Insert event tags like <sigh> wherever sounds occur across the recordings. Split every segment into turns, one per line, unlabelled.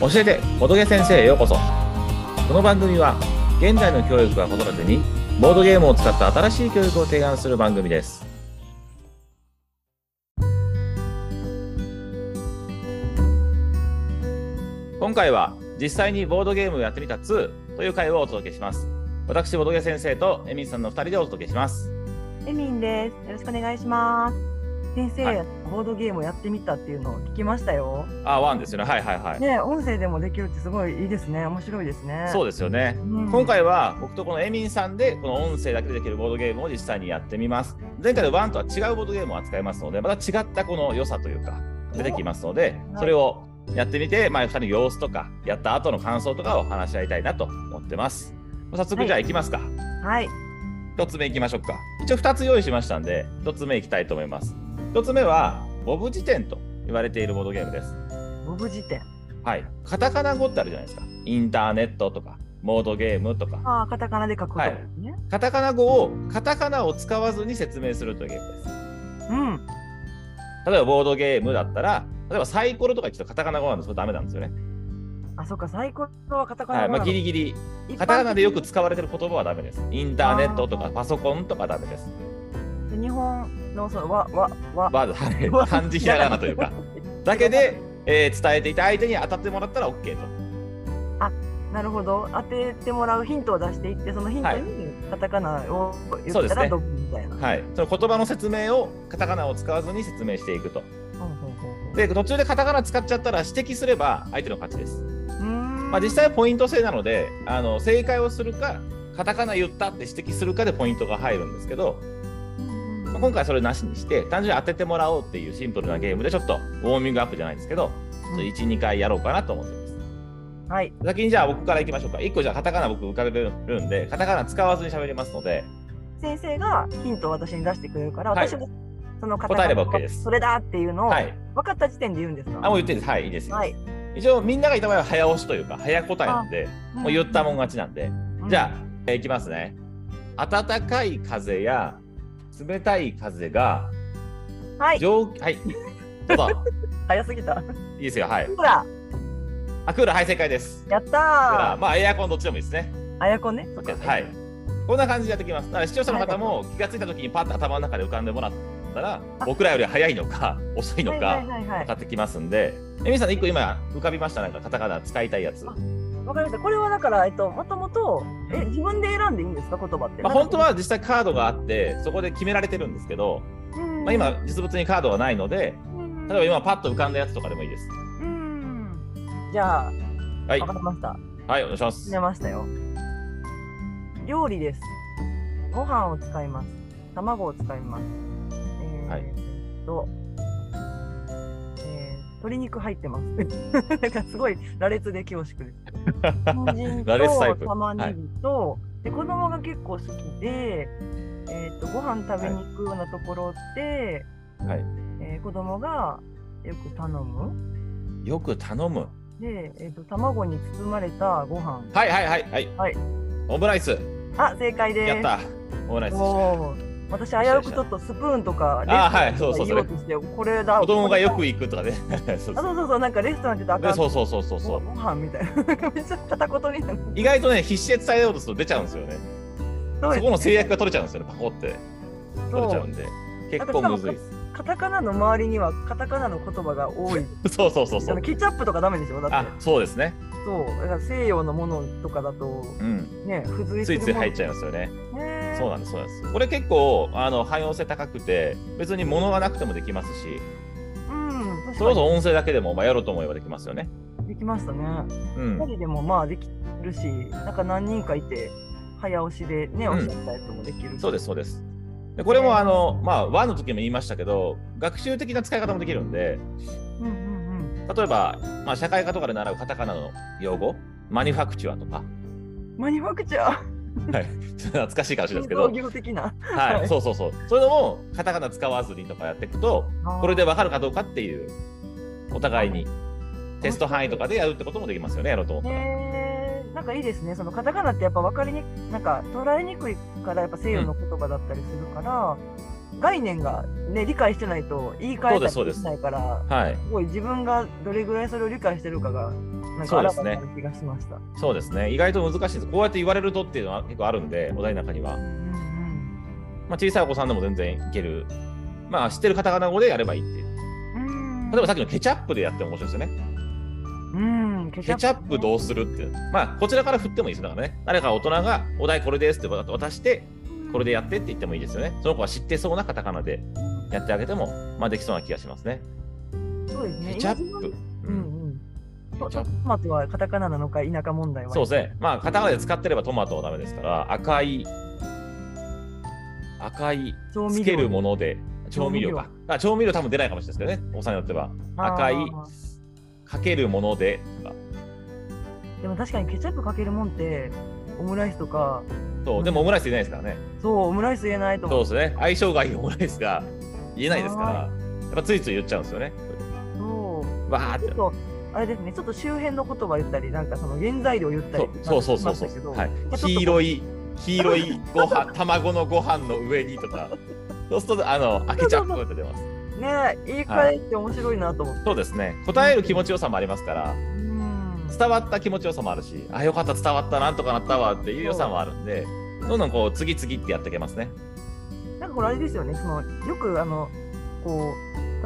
教えて仏先生へようこそこの番組は現在の教育は子育てにボードゲームを使った新しい教育を提案する番組です今回は実際にボードゲームをやってみた2という回をお届けします私ボードゲ先生とエミンさんの2人でお届けします
エミンですよろしくお願いします先生、
はい
ボードゲームをやってみたっていうのを聞きましたよ
あワンですよねはいはいはい、
ね音声でもできるってすごいいいですね面白いですね
そうですよね
うん
今回は僕とこのエミンさんでこの音声だけでできるボードゲームを実際にやってみます前回の1とは違うボードゲームを扱いますのでまた違ったこの良さというか出てきますので
お
それをやってみて、まあ、2人の様子とかやった後の感想とかを話し合いたいなと思ってます早速じゃあ行きますか、
はい
1つ目いきましょうか一応2つ用意しましたんで1つ目いきたいと思います1つ目はボブ辞典と言われているボードゲームです
ボブ辞典
はいカタカナ語ってあるじゃないですかインターネットとかモードゲームとか
ああカタカナで書くことですね、
カタカナ語をカタカナを使わずに説明するというゲームです。
うん
例えばボードゲームだったら、例えばサイコロとかちょっとカタカナ語なんですけどダメなんですよね。
あそっか最高はカタカナ
はい、
語
ま
な
あギ
の
リギリ
一般的に
カタカナでよく使われてる言葉はダメです。インターネットとかパソコンとかダメです。
日本のそのわわ <laughs> わ
まず、はい、漢字ひらがなというかだけで、えー伝えていた相手に当たってもらったら OK と。
<laughs> なるほど当ててもらうヒントを出していってそのヒントにカタカナを言
そう
っ
で
た
すね
らドブみたいな、
はい、その言葉の説明をカタカナを使わずに説明していくと。
ほうほうほうほう
で途中でカタカナ使っちゃったら指摘すれば相手の勝ちです。
うーん
まあ、実際はポイント制なのであの正解をするかカタカナ言ったって指摘するかでポイントが入るんですけど、
うん
まあ今回はそれなしにして単純に当ててもらおうっていうシンプルなゲームでちょっとウォーミングアップじゃないですけど12回やろうかなと思ってます
はい
先にじゃあ僕からいきましょうか1個じゃあカタカナ僕浮かべるんでカタカナ使わずに喋りますので
先生がヒントを私に出してくれるから、
はい
私もその
答えれば OK です
それだっていうのを
は
分
い
かった時点で言うんですか、
あもう言っていいですはいいいです、
はい
いいです、一応みんながいた場合は早押しというか早答えなんでもう言ったもん
が、
勝ちなんで
うん
じゃあ、えーいきますね。暖かい風や冷たい風が
はい
上、はい、どうぞ。
早すぎた
いいですよ、はい。
ほら
あ、クーラー、はい、正解です。
やった
クーラ
ー
ーまあ、エアコンどっちでもいいですね。
あやこねそっか
はい。こんな感じでやってきます。だから視聴者の方も気がついた時にパッと頭の中で浮かんでもらったら、僕らより早いのか、 <laughs> 遅いの
はいはい
か、
はいは
分
い
かってきますんで、えみさん、一個今浮かびました、なんかカタカナ使いたいやつ。
あわかりましたこれはだからえっともともとえ
うん
自分で選んでいいんですか言葉って、
まあ、本当は実際カードがあって、そこで決められてるんですけど、
うん
まあ、今、実物にカードがないので、
うん
例えば今パッと浮かんだやつとかでもいいです。
うんじゃあ
はい、
わかりました
はい、お願いします。
出ましたよ料理ですご飯を使います卵を使いますえー、
はい
と、えー、鶏肉入ってます <laughs> なんかすごい羅列で恐縮です
<laughs>
人参
羅列タイプ
と玉ねぎと、で子供が結構好きでえー、とご飯食べに行くようなところって、
はい
えー子供がよく頼む
よく頼む。
で、えー、と卵に包まれたご飯
はいはいはいはい。
はい
オムライス。
あ正解です
やった。オムライスでした。
おー私危うくちょっとスプーンとかレ
あーはい
ストランとか言おうとしてこれだ
子供がよ
こ
く行くとかね。 <laughs> そう
れだあそうそうそうなんかレストランって言ったらあかん
そうそうそうそうそう。
ご飯みたいななんかめっちゃ片言になる
意外とね、必死で伝えようとすると出ちゃうんですよね。
そ
そこの制約が取れちゃうんですよね、パコって。取れちゃうんで。結構むずいで
カタカナの周りにはカタカナの言葉が多い
す。そうそうそうそ
あの
う。
ケチャップとかダメでしょだっ
あ
て、
そうですね。
そうだから西洋のものとかだと
うん。
ね付随す
つ
る
いつい入っちゃ
ゃ
いますよね。
うね
そうなんです、そうなんです。これ結構、あの、汎用性高くて、別に物がなくてもできますし、
うん確かに
それこそ音声だけでも、まあ、やろうと思えばできますよね。
できましたね
うん
二。人でもまあできるしなんか何人かいて早押しでね
う
お
ん
っしゃったやつもできるし
そうです、そうです。でこれもあの、まあ、和の時も言いましたけど、学習的な使い方もできるんで、
うんうんうん
例えば、まあ、社会科とかで習うカタカナの用語、マニファクチュアとか、
マニファクチャー
懐かしいかもしれないですけ
製造 <laughs>
ど、
業的な
は、
はいい
そうそうそう、そういうのもカタカナ使わずにとかやっていくと、これでわかるかどうかっていう、お互いにテスト範囲とかでやるってこともできますよね、やろうと思ったら。
へーなんかいいですねそのカタカナってやっぱ分かりにくなんか捉えにくいからやっぱ西洋の言葉だったりするから、概念がね理解してないと言い換えたり
そうで
ですき
そ
ないから
はい、
すごい自分がどれぐらいそれを理解してるかがなん
そ
か
うで
新
す
た
ね
な気がしました。
そうですね。意外と難しいです。こうやって言われるとっていうのは結構あるんで、お題の中には。
うん
まあ、小さいお子さんでも全然いける。まあ、知ってるカタカナ語でやればいいっていう。
うん。
例えばさっきのケチャップでやっても面白いですよね。
うん、ケ
ケチャップどうするっていう。まあ、こちらから振ってもいいですよ。だからね。誰か大人がお題これですって渡して、これでやってって言ってもいいですよね。その子は知ってそうなカタカナでやってあげても、まあ、できそうな気がしますね。
そうですね。
ケチャップ。
今。
う
うん
ん。
うん。ト
ケチャッ
トマトはカタカナなのか否か問題は。
そうですね。まあ、カタカナで使ってればトマトはダメですから、赤い、赤い
調
つ
味料
けるもので調味料かあ調味料多分出ないかもしれないですけどねおさによっては赤い
あー
かけるものでとか
でも確かにケチャップかけるもんってオムライスとか、
そうでもオムライス入れないですからね
そうオムライス言えないと
そう
思う。
ですね相性がいいオムライスが言えないですから
は
やっぱついつい言っちゃうんですよね
そう。
わーっ
ちょってとあれですね、ちょっと周辺の言葉言ったり、なんかその原材料言ったり、
そうそうそうそう
しました
そ
け
う
ど
はい
まあちょっと
黄色い黄色いご飯 <laughs> 卵のご飯の上にとかそうするとあの開けちゃうって出ます
ね、言い換えって面白いなと思って。
そうですね答える気持ちよさもありますから
うん
伝わった気持ちよさもあるしあよかった伝わったなんとかなったわっていう良さもあるんでどんどんこう次々ってやっていけますね
なんかこれあれですよね、そのよくあのこ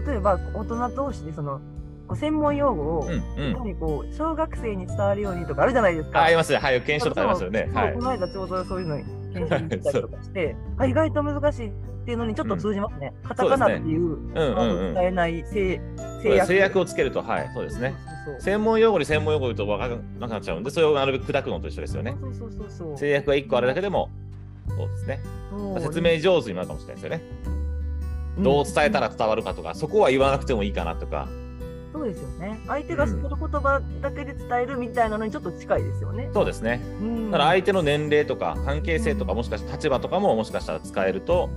う例えば大人同士でそのこう専門用語を、
うんうん
やはりこう小学生に伝わるようにとかあるじゃないですか。
あありますね。はい、検証とかありますよね
そう。
はい
こ。の間ちょうどそういうのに研修に行ったりとかして、あ意外と難しいっていうのにちょっと通じますね。カタカナっていう
うんう
ま
んう
ず
ん。
伝えない制
そうで
制
す
約
制約をつけると、はい、そうですね。
そうそうそう
専門用語に専門用語言うと分からなくなっちゃうんで、それをなるべく砕くのと一緒ですよね。
そうそうそうそう。
制約が1個あるだけでも、そうですね。
そう
説明上手になるかもしれないですよね。どう伝えたら伝わるかとか、そこは言わなくてもいいかなとか、
うんそうですよね。相手が知ってる言葉だけで伝えるみたいなのにちょっと近いですよね。
そうですね。
うん
だから相手の年齢とか、関係性とか、もしかしたら立場とかも、もしかしたら使えると、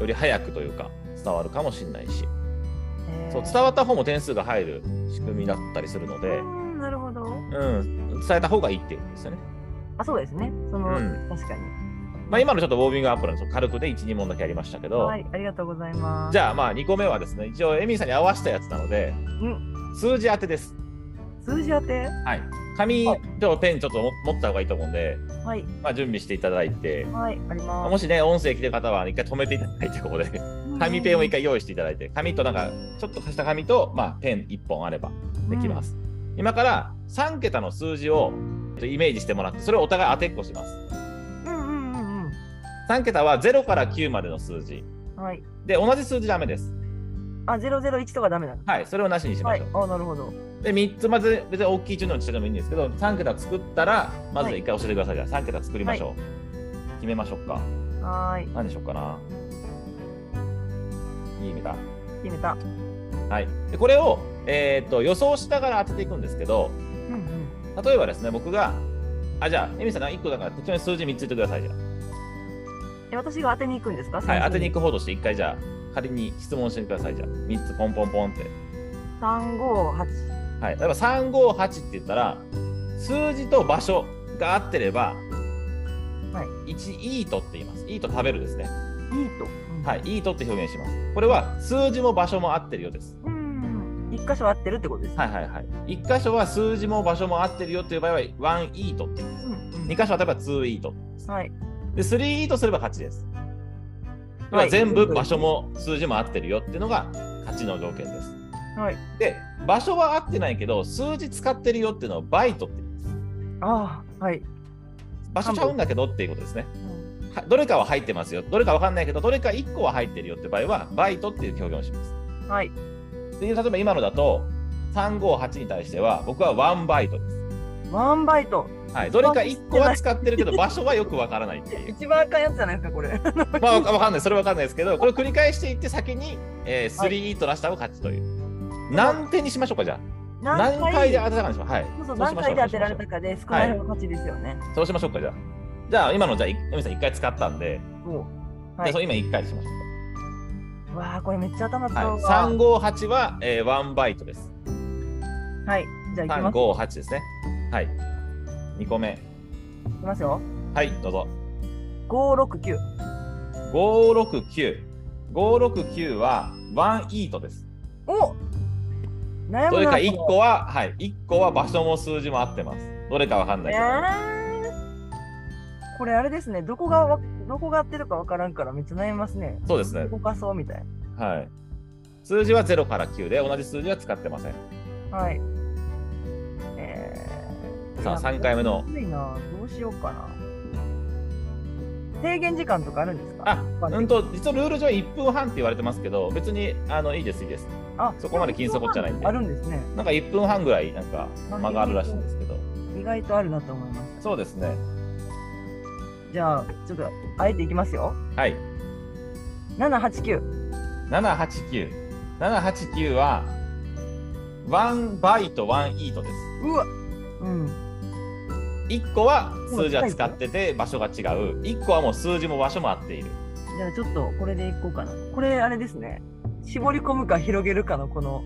より早くというか、伝わるかもしれないし、そう伝わった方も点数が入る仕組みだったりするの
て
で、
なるほど。
うん、伝えた方がいいっていうことですよね。
あ、そうですね。その、
うん
確かに。
まあ、今のちょっとウォーミングアップなんです軽くで1、2問だけやりましたけど、
はい、ありがとうございます。
じ
ゃ
ゃあまあ2個目はですね、一応エミンさんに合わせたやつなので、
うん、
数字当てです。
数字当て。
はい。紙
はい
とペンちょっとも持った方がいいと思うんで、
はい、
まあ、準備していただいて、
はい、あり
まあ
ま
も
す。
しね、音声来てる方は一回止めていただいて、ここで。紙ペンを一回用意していただいて、紙となんか、ちょっとした紙と、まあ、ペン1本あればできます。今から3桁の数字をえっとイメージしてもらって、それをお互い当てっこします。
うん。うんうんうんうん
3桁は0から9までの数字。
うん。はい。
で、同じ数字ダメです。
あ、ゼロゼロ一とかダメなの。
はい、それをなしにしま
は
し
い
ょう。。
あ、なるほど。
で、3つ、まず別に大きい順のちでもいいんですけど、3桁作ったら、まず
はい
1回教えてください。じゃあ、3桁作りましょう。決めましょうか。
はーい、
何でしょうかな。いい目だ。
決めた。
はい。で、これを、えーっと、予想しながら当てていくんですけど、
うんうん。
例えばですね、僕が、あ、じゃあ、エミさん、1個だから適当に数字3つ言ってください。じゃ
え、私が当てに行くんですか。
あ、はい、当てに
行
行
く。
く方として、1回じゃあ、仮に質問してください。じゃあ、3つポンポンポンって。
三五八。
はい、例えば358って言ったら数字と場所が合ってれば、
は
1イートって言いますイート食べるですね
いいと。うん
はい。イートって表現しますこれは数字も場所も合ってるようです
うん。一箇所合ってるってことですね。
はいはいはい一箇所は数字も場所も合ってるよっていう場合は1イートって言います
うんう
2
ん
箇所は例えば2イート
はい。
で3イートすれば勝ちです要
は
はい全部場所も数字も合ってるよっていうのが勝ちの条件です
はい。
で場所は合ってないけど数字使ってるよっていうのをバイトって言います
ああ、はい。
場所ちゃうんだけどっていうことですねはどれかは入ってますよ。どれかわかんないけど、どれか1個は入ってるよって場合は、バイトっていう表現をします。
はい。
で、例えば今のだと、358に対しては、僕は1バイトです。
ワンバイト。
はい。どれか1個は使ってるけど、場所はよくわからないっていう。
一番あかんやつじゃないですか、これ。
まあ、わかわかんない。それはわかんないですけど、これを繰り返していって、先に、えー、3イート出した方が勝ちという。何点にしましょうか、じゃあ。 <laughs> 何回で当てたかにしましょう。はい。
そうそう
そうし
何
ましょ
回
う
で当てられたかで少ない方が勝ちですよね。
そうしましょうか、じゃあ。じゃあ、今の、じゃあ、いエミさん1回使ったんで、
もう。
じゃ
は
あ
い
そ。れ今1回にしましょう
わあ、これめっちゃ頭使
か。
う
はい。
わ。
358は、えー、1バイトです。
はい。じゃあ行き
三
ます。
五八ですね。はい。二個目。
行きますよ。
はい、どうぞ。
五六九。
五六九。五六九はワンイートです。
お。悩むな
どれか1個は、はい、1個は場所も数字も合ってます。どれかわかんないけど。
えーこれあれですね、どこがわどこが合ってるかわからんからめっちゃ悩みますね。
そうですね
動かそうみたい
はい。数字は0から9で、同じ数字は使ってません。
な。はい。えー、
さあ
いや
三回目の
むずいな、どうしようかな。制限時間とかあるんですか
あ、うんと、実はルール上1分半って言われてますけど、別に、あの、いいです、いいです。
あ
そこまで金そこっちゃないんで
あるんですね。
なんか1分半ぐらい、なんか、間があるらしいんですけど。
意外とあるなと思います。
そうですね。
じゃあ、ちょっと、あえていきますよ。
はい。
7、8、9。
789。789は、1バイト1イートです。
うわうん。
1個は数字は使ってて場所が違う。1個はもう数字も場所も合ってい
<laughs>
る。
じゃあ、ちょっと、これでいこうかな。これ、あれですね。絞り込むか広げるかのこの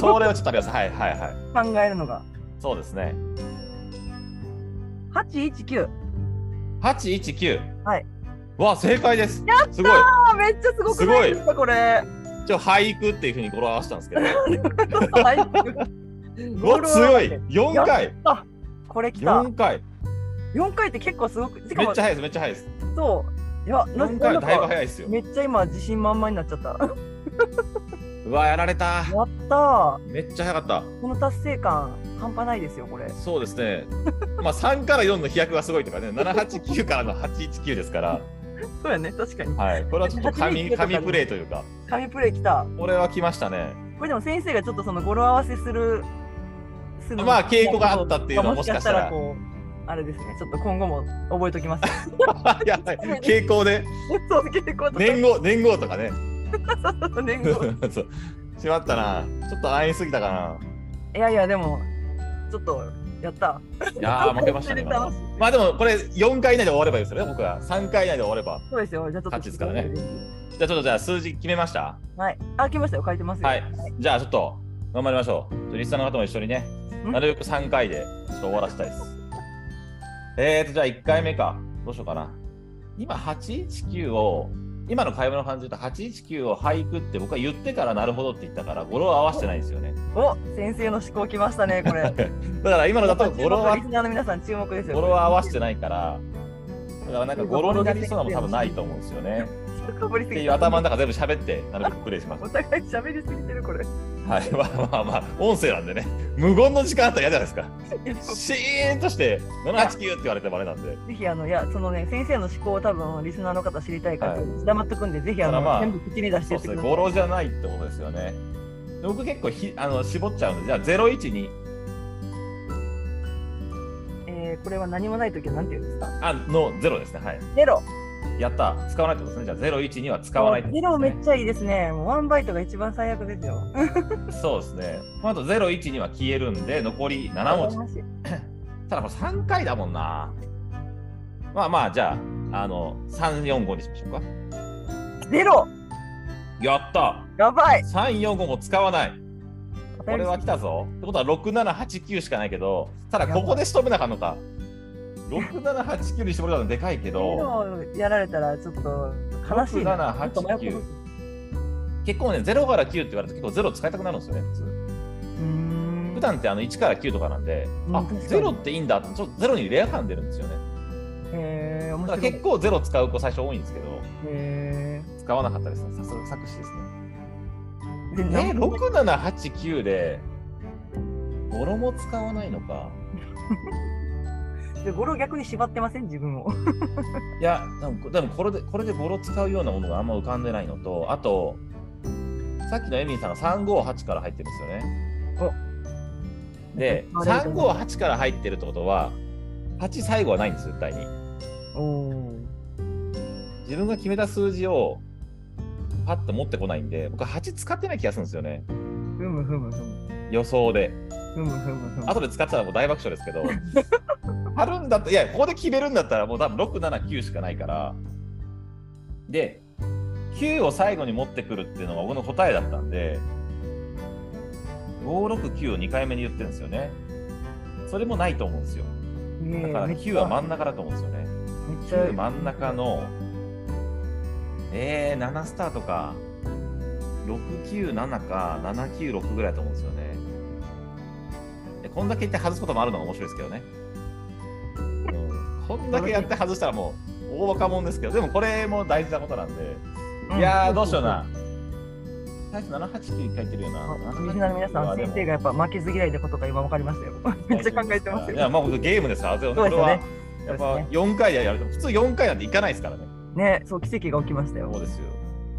それをちょっとあります。はいはいはい。
考えるのが。
そうですね。
819。
819。
はい。
わあ、正解です。すごい。
あーめっちゃすごくないですかこ
<laughs>
れ。
ちょっと俳句っていうふうに語呂合わせたんですけど。う
<laughs> 語呂合わ
わ、
せ
すごい。4回。
あこれ来た。
4回。
4回って結構すごく。てか
めっちゃ早いです。めっちゃ早いです。
そう。いや、な
4回
なん
だいぶ
か
早いですよ。
めっちゃ今自信満々になっちゃった。
うわ、やられた。
やったー。
めっちゃ早かった。
この達成感半端ないですよこれ。
そうですね。まあ3から4の飛躍がすごいとかね、789からの819ですから、
そうやね確かに。
はい、これはちょっと神神プレイというか、
紙プレイ来た。
これは来ましたね。 <laughs>
これでも先生がちょっとその語呂合わせする。する
まあ稽古があったっていうのはもしかしたら
もしかしたらこうあれですねちょっと今後も覚えときます。 <laughs>
やばい、傾向で、
そう稽古とか
年号、年号とかね。
<laughs> 年
<laughs>
号。
そうしまったな。ちょっと安易すぎたか
いやいやでもちょっとやった。
な。いやー、負けましたね。
本
今
当
の
に楽しい
まあでも、これ4回以内で終わればいいですよね、僕は。3回以内で終われば。
そうですよ。じゃあちょっと。
勝ちですからね。じゃあちょっとじゃあ数字決めました
はい。あ、来ましたよ。書いてますよ。
はい。じゃあちょっと頑張りましょう。ちょっとリスナーの方も一緒にね、
うん
なるべく3回でちょっと終わらせたいです。えーと、じゃあ1回目か。どうしようかな。今、819を、今の会話の感じで言うと、819を俳句って僕は言ってからなるほどって言ったから、語呂を合わせてないんですよね。
お、先生の思考来ましたね。これ。
だから <laughs> 今のだと語呂は
リスナーの皆さん注目ですよ。
語呂は合わせてないから、だからなんか語呂になりそうなもん多分ないと思うんですよね。
かぶりす
っ
ぎ
て
て
いう頭の中全部喋って、なるべくプレイしまし
お互い喋りすぎてるこれ。
た。はい。まあまあまあ、音声なんでね、無言の時間あったら嫌じゃないですか。シーンとして789って言われてもあれなんで
ぜひあのいやそのね先生の思考を多分リスナーの方知りたいから、
はい
黙っとくんでぜひあ
だ
の、
からまあ
全部口に出し
そうで
てやっ
す
て
ね
くださ
語
い。
呂じゃないってことですよね僕結構ひあの絞っちゃうのでじゃあ012
えー、これは何もない時はなんて言うんですか。
あの0ですねはい
ゼロ。
やった使わないってことですねじゃあ012は使わないってこ
ゼ
と
ロめ
ですね
っちゃいいですね。もうワンバイトが一番最悪ですよ。
そうですねこの後012は消えるんで残り7文字
<laughs> 字。
ただこれ3回だもんなまあまあじゃああの345にしましょうか
ゼロ。
やった
やばい。
345も使わないこれは来たぞ。ってことは6789しかないけど、ただここで仕留めなあかんのか。6789に絞れたのでかいけど、
0やられたらちょっと悲しいな。
6789
ちょっと迷惑です
結構ね、0から9って言われると結構0使いたくなるんですよね、普通。
うーん
普段ってあの1から9とかなんで、
うん
あ
確かに
0っていいんだって、ちょっと0にレア感出るんですよね。
えー、
だか
面白
ら
い。
結構0使う子最初多いんですけど、
え
使わなかったですね。さすが作詞です
ー、で
ね。え、
なんか
6789で、語呂も使わないのか。
で語呂逆に縛ってません自
<laughs>
分を。
いや、でもでもこれで、これで語呂使うようなものがあんま浮かんでないのと、あと、さっきのエミンさんが358から入ってるんですよね。で、358から入ってるってことは、8最後はないんです、絶対に。
おお。
自分が決めた数字を、パッと持ってこないんで、僕は8使ってない気がするんですよね。
ふむふむふむ。
予想で。
ふむふむふむ。
後で使ってたらもう大爆笑です <laughs> けど、貼るんだったいや、ここで決めるんだったらもう多分6、7、9しかないから、で、9を最後に持ってくるっていうのが僕の答えだったんで、5、6、9を2回目に言ってるんですよね。それもないと思うんですよ。だ
ねえ
から
めっち
9
ゃ
は真ん中だと思うんですよね。
めっちゃ
9真ん中の、えー、7スタートか、697か、796ぐらいだと思うんですよね。でこんだけ言って外すこともあるのが面白いですけどね、うん、こんだけやって外したらもう大若者ですけどでもこれも大事なことなんで、いやーどうしような最初789書いてるよな
リスナーの皆さん、先生がやっぱ負けず嫌いなことが今分かり
<laughs>
ましたよ。めっちゃ考えてます
い
よ。
やまあ僕ゲームですから、ね、
そう
これ
ですよ
は
ね。
やっ
そ
ぱ
うです
4回やると普通4回なんていかないですからね
ね、そう奇跡が起きました
そ
よ。
うですよ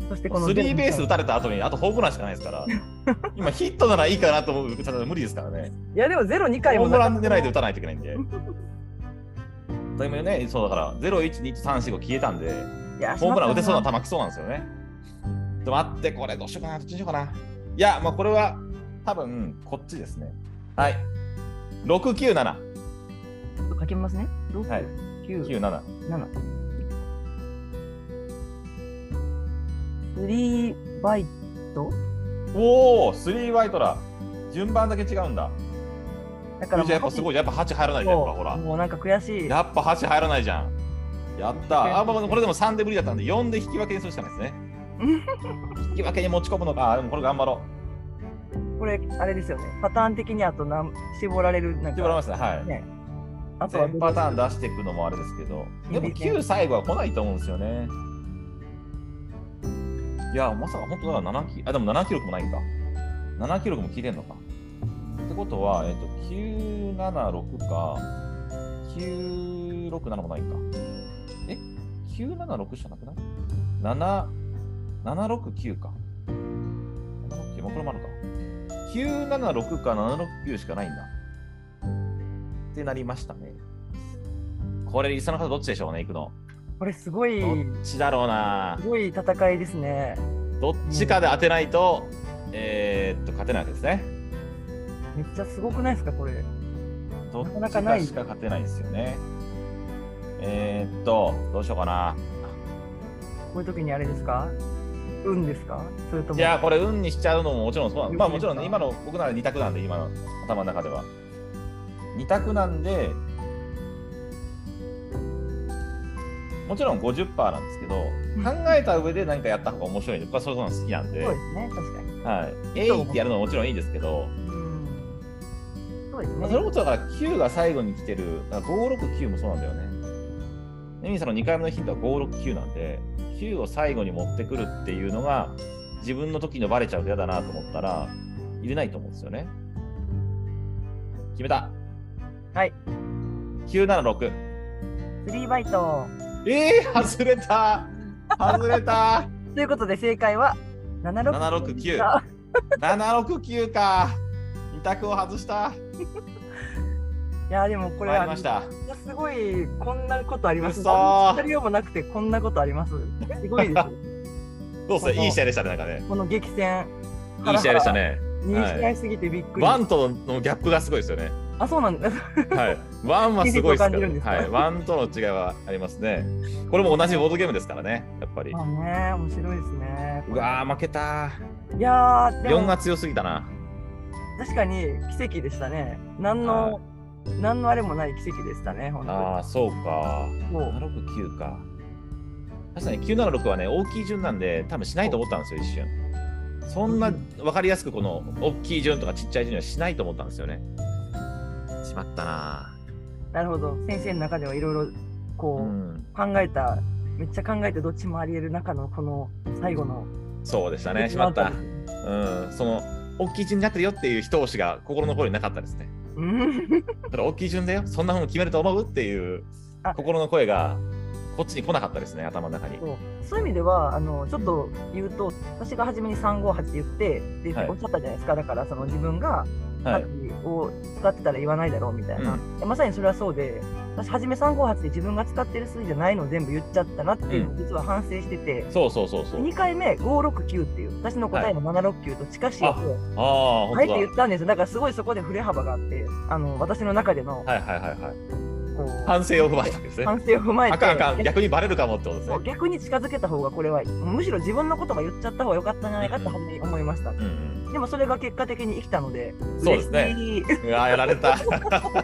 そしてこの
スリーベース打たれた後にあとホームランしかないですから
<laughs>
今ヒットならいいかなと思う打たれたら無理ですからね
いやでもゼロ二回
ホ
も
ームラン狙いで打たないといけないんで当たり前ねそうだから01234消えたんで
いや
ホームラン打てそう
し
な球来そうなんですよねで待ってこれどうしようかなどっちにしようかないやまあこれは多分こっちですねはい697
まったな書きますね。六
はい
九
97
七。スリーバイト
おお3ワイトラ順番だけ違うんだ
だから
じゃあやっぱすごいやっぱ8入らないじゃんやっぱほら
もうなんか悔しい。
やっぱ8入らないじゃん。や
<laughs>
った。あ、まあ、これでも3で無理だったんで、4で引き分けにするしかないですね。引き分けに持ち込むのか。あ、でもこれ頑張ろ
これあれですよね。パターン的にあとなん絞られるなん
う。ってもらいま
か
したね。はい。
ね。あとは
全パターン出していくのもあれですけど、でも9最後は来ないと思うんですよね。いや、まさか本当だな、7キあ、でも7記録もないんか。7記録も聞いてんのか。ってことは、えっと、976か、967もないか。え ?976 じゃなくない ?7、769か。769、まあこれもあるか。976か769しかないんだ。ってなりましたね。これ、リスナーの方どっちでしょうね、行くの。
これすごい
どっちだろうな
す。ごい戦いですね。
どっちかで当てないと、えーっと、勝てないわけですね。
めっちゃすごくないですかこれ。
どっ
なかな
ち
かな
か
い
しか勝てないですよね。えーっと、どうしようかな。
こういう時にあれですか運ですかそれとも
いやー、これ、運にしちゃうのももちろんそうなんまあ、もちろんね、
よ
今
くな
の僕なら2択なんで、今の頭の中では。2択なんで、もちろん50%なんですけど、
ん
考えた上で何かやった方が面白いんで、僕はそういうの好きなんで、
そ
は
う
い
ですね、確かに。、
えいってやるのももちろんいいですけど、
うんそうです
ま
ね。
あそれこそだから9が最後に来てる、あ569もそうなんだよね。エミさんの2回目のヒントは569なんで、9を最後に持ってくるっていうのが、自分の時のバレちゃうと嫌だなと思ったら、入れないと思うんですよね。決めた。
はい。
976。
スリーバイト。
えー、外れた外れた
ということで正解は
769
769。
!769 か。2択を外した。
いやでもこれ
参りました。
あのすごいこんなことあります。
うっそー
あんまりよもなくてこんなことあります。すごいですよ。
<laughs> どうするいい試合でしたね、なんかね。
この激戦。
いい試合でしたね。
2試合すぎてびっくり。
ワンとのギャップがすごいですよね。
あ、そうなんだ。
はい。ワンはすごいですから、
いいとこ感じるん
ね。
ですか
はい。ワンとの違いはありますね。これも同じボードゲームですからね、やっぱり。
まあね、面白いですね。
うわー、負けた
いや
ー。
ー、でも
4が強すぎたな。
確かに奇跡でしたね。何
は
の、何のあれもない奇跡でしたね、本当
あー、そうか。
に。もう、
769か。確かに976はね、大きい順なんで、多分しないと思ったんですよ、一瞬。そんな分かりやすく、この大きい順とかちっちゃい順はしないと思ったんですよね。しまったな
なるほど。先生の中ではいろいろ、
ー
こ
う
う、
ん。
考えた、めっちゃ考えてどっちもあり得る中のこの最後の。
そうでした
だ
ね、しまった。うん、その大きい順になってるよっていう一押しが心の声になかったですね。
うん。
ただ大きい順だよ、そんなふうに決めると思うっていう
あ
心の声がこっちに来なかったですね、頭の中に。
そうそういう意味ではあのちょっと言うと私が初めに358って言ってで、
はい
おっしゃったじゃないですかだからその自分が
はい
ハッピーを使ってたら言わないだろうみたいな、
う
まさにそれはそうで私初め358で自分が使ってる数字じゃないのを全部言っちゃったなっていうのを実は反省してて、
そうそうそうそう。
2回目569っていう私の答えの769と近しいやつを
ああ、
あ
本当
えて
だ。
言ったんですよだからすごいそこで振れ幅があってあの私の中での
はいはいはいはい。
こう
反省を踏まえたんですね。
反省を踏まえて
あかんあかん、逆にバレるかもってことです
そ
ね
う。逆に近づけた方がこれはむしろ自分のことが言っちゃった方が良かったんじゃないかって初めに思いました、
うんうん
でもそれが結果的に生きたので
そうですね
嬉しいう
わやられた。 <laughs>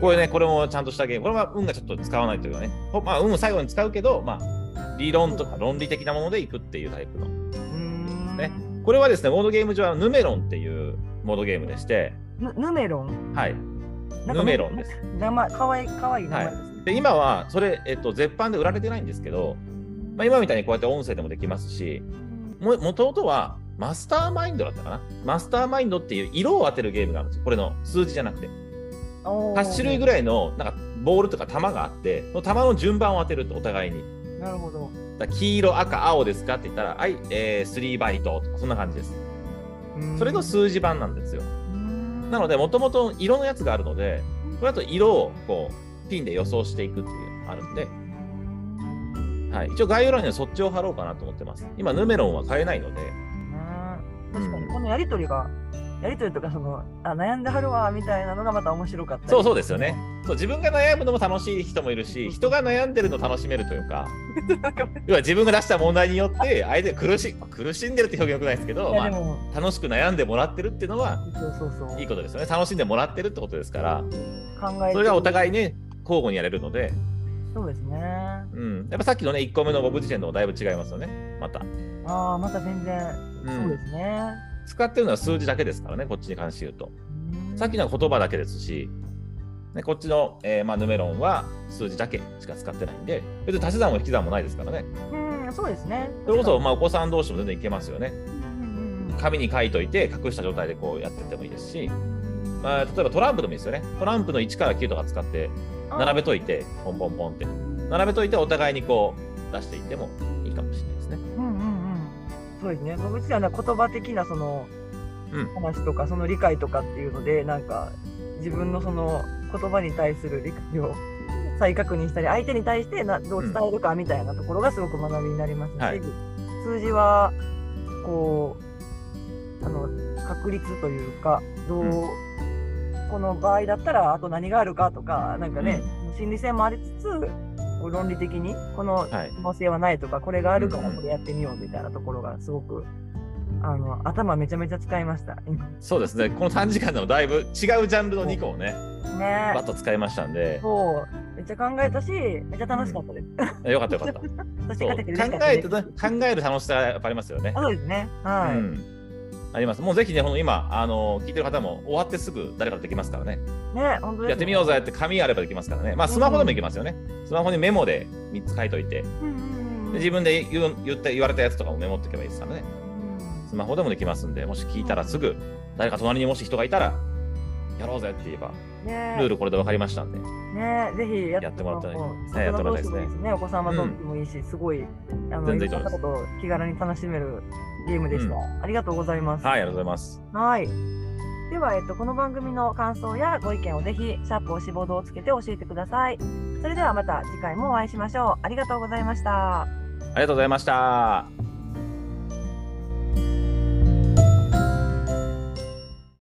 これね、これもちゃんとしたゲーム。これは運がちょっと使わないというかね。ほまあ、運を最後に使うけど、まあ、理論とか論理的なものでいくっていうタイプの。
うーん
ねこれはですね、ボードゲーム上はヌメロンっていうボードゲームでして、
ぬヌメロン。
はい。
なんか
ヌメロンです。
名前、かわいい、かわいい名前ですね。
で、今は、それ、えっと、絶版で売られてないんですけど、まあ、今みたいにこうやって音声でもできますし、もともとは、マスターマインドだったかなマスターマインドっていう色を当てるゲームがあるんですよ。これの数字じゃなくて。8
8
種類ぐらいの、なんか、ボールとか球があって、その球の順番を当てると、お互いに。
なるほど。
だから黄色、赤、青ですかって言ったら、はい、えー、3バイトとか、そんな感じです。それの数字版なんですよ。なの
で、
で、もともと色のやつがあるので、これだと色をこうピンで予想していくっていうのがあるんで、はい、一応概要欄にはそっちを貼ろうかなと思ってます。今、ヌメロンは買えないので、
うん確かにこのやりとりが、やりとりとかそのあ悩んではるわみたいなのがまた面白かったり
そうそうですよね。そう自分が悩むのも楽しい人もいるし、人が悩んでるの楽しめるという
<laughs>
か、要は自分が出した問題によって、相手が苦し苦しんでるって表現よくないですけど、
いや
ま
でも、
あ、楽しく悩んでもらってるっていうのは
そうそうそう
いいことですよね。楽しんでもらってるってことですから、
考えて
それがお互いね、交互にやれるので、
そうですねあ
うん、やっぱさっきのね、1個目のボブ辞典ともだいぶ違いますよね、また。
あまた全然、
うん
そうですね
使ってるのは数字だけですからね、こっちに関して言うと。
うん
さっきのは言葉だけですし、ね、こっちの、えーまあ、ヌメロンは数字だけしか使ってないんで、別に足し算も引き算もないですからね。
うんそうですね
それこそ、まあ、お子さん同士も全然いけますよね。
うんうんうん
紙に書いといて、隠した状態でこうやってってもいいですし、まあ、例えばトランプでもいいですよね。トランプの1から9とか使って、
あ
並べといて、ポンポンポンって。並べといて、お互いにこう出していってもいいかもしれないですね。
うんうんうんそうですね僕自身はなんか言葉的なその
うん
話とかその理解とかっていうのでなんか自分のその言葉に対する理解を再確認したり相手に対してなどう伝えるかみたいなところがすごく学びになりますし、
はい
数字はこうあの確率というかどう、
うん
この場合だったらあと何があるかとかなんかね、心理性もありつつこう論理的にこの
はい。
可能性はないとかこれがあるから
うんうん
これやってみようみたいなところがすごくあの頭めちゃめちゃ使いました今
そうですね。この短時間でもだいぶ違うジャンルの2個をね、
ね
バッと使いましたんで、
そうめっちゃ考えたしめっちゃ楽しかったです、
よかったよ
<laughs>
かった。
そして
そう
勝
考
てて嬉しかった
え
で
て
す
ね考える楽しさがやっぱありますよね
あ。そうですねはい、
うん、あります。もうぜひね、この今、あの聞いてる方も終わってすぐ誰かとできますからね。
ね本当ですね
やってみようぜって紙あればできますからね。まあ、スマホでもいけますよね。スマホにメモで3つ書いといて、で
うんうんうん
自分で言う言って言われたやつとかもメモっておけばいいですからね。スマホでもできますんで、もし聞いたらすぐ、誰か隣にもし人がいたら、やろうぜって言えば、
ね
ルールこれで分かりましたんで。
ねぜひやっ
やってもらったらいいですね
大
やって
人
もら
同
いたい
士
ですね
もいいですねお子様同士もいいし、すごいあの
全然いいと
いろ
思いま
んな
す
ことを気軽に楽しめるゲームでした、
うん
ありがとうございます
はい、ありがとうございます。
はい。では、えっと、この番組の感想やご意見をぜひ、シャープおしぼどをつけて教えてください。それではまた次回もお会いしましょう。ありがとうございました。
ありがとうございました。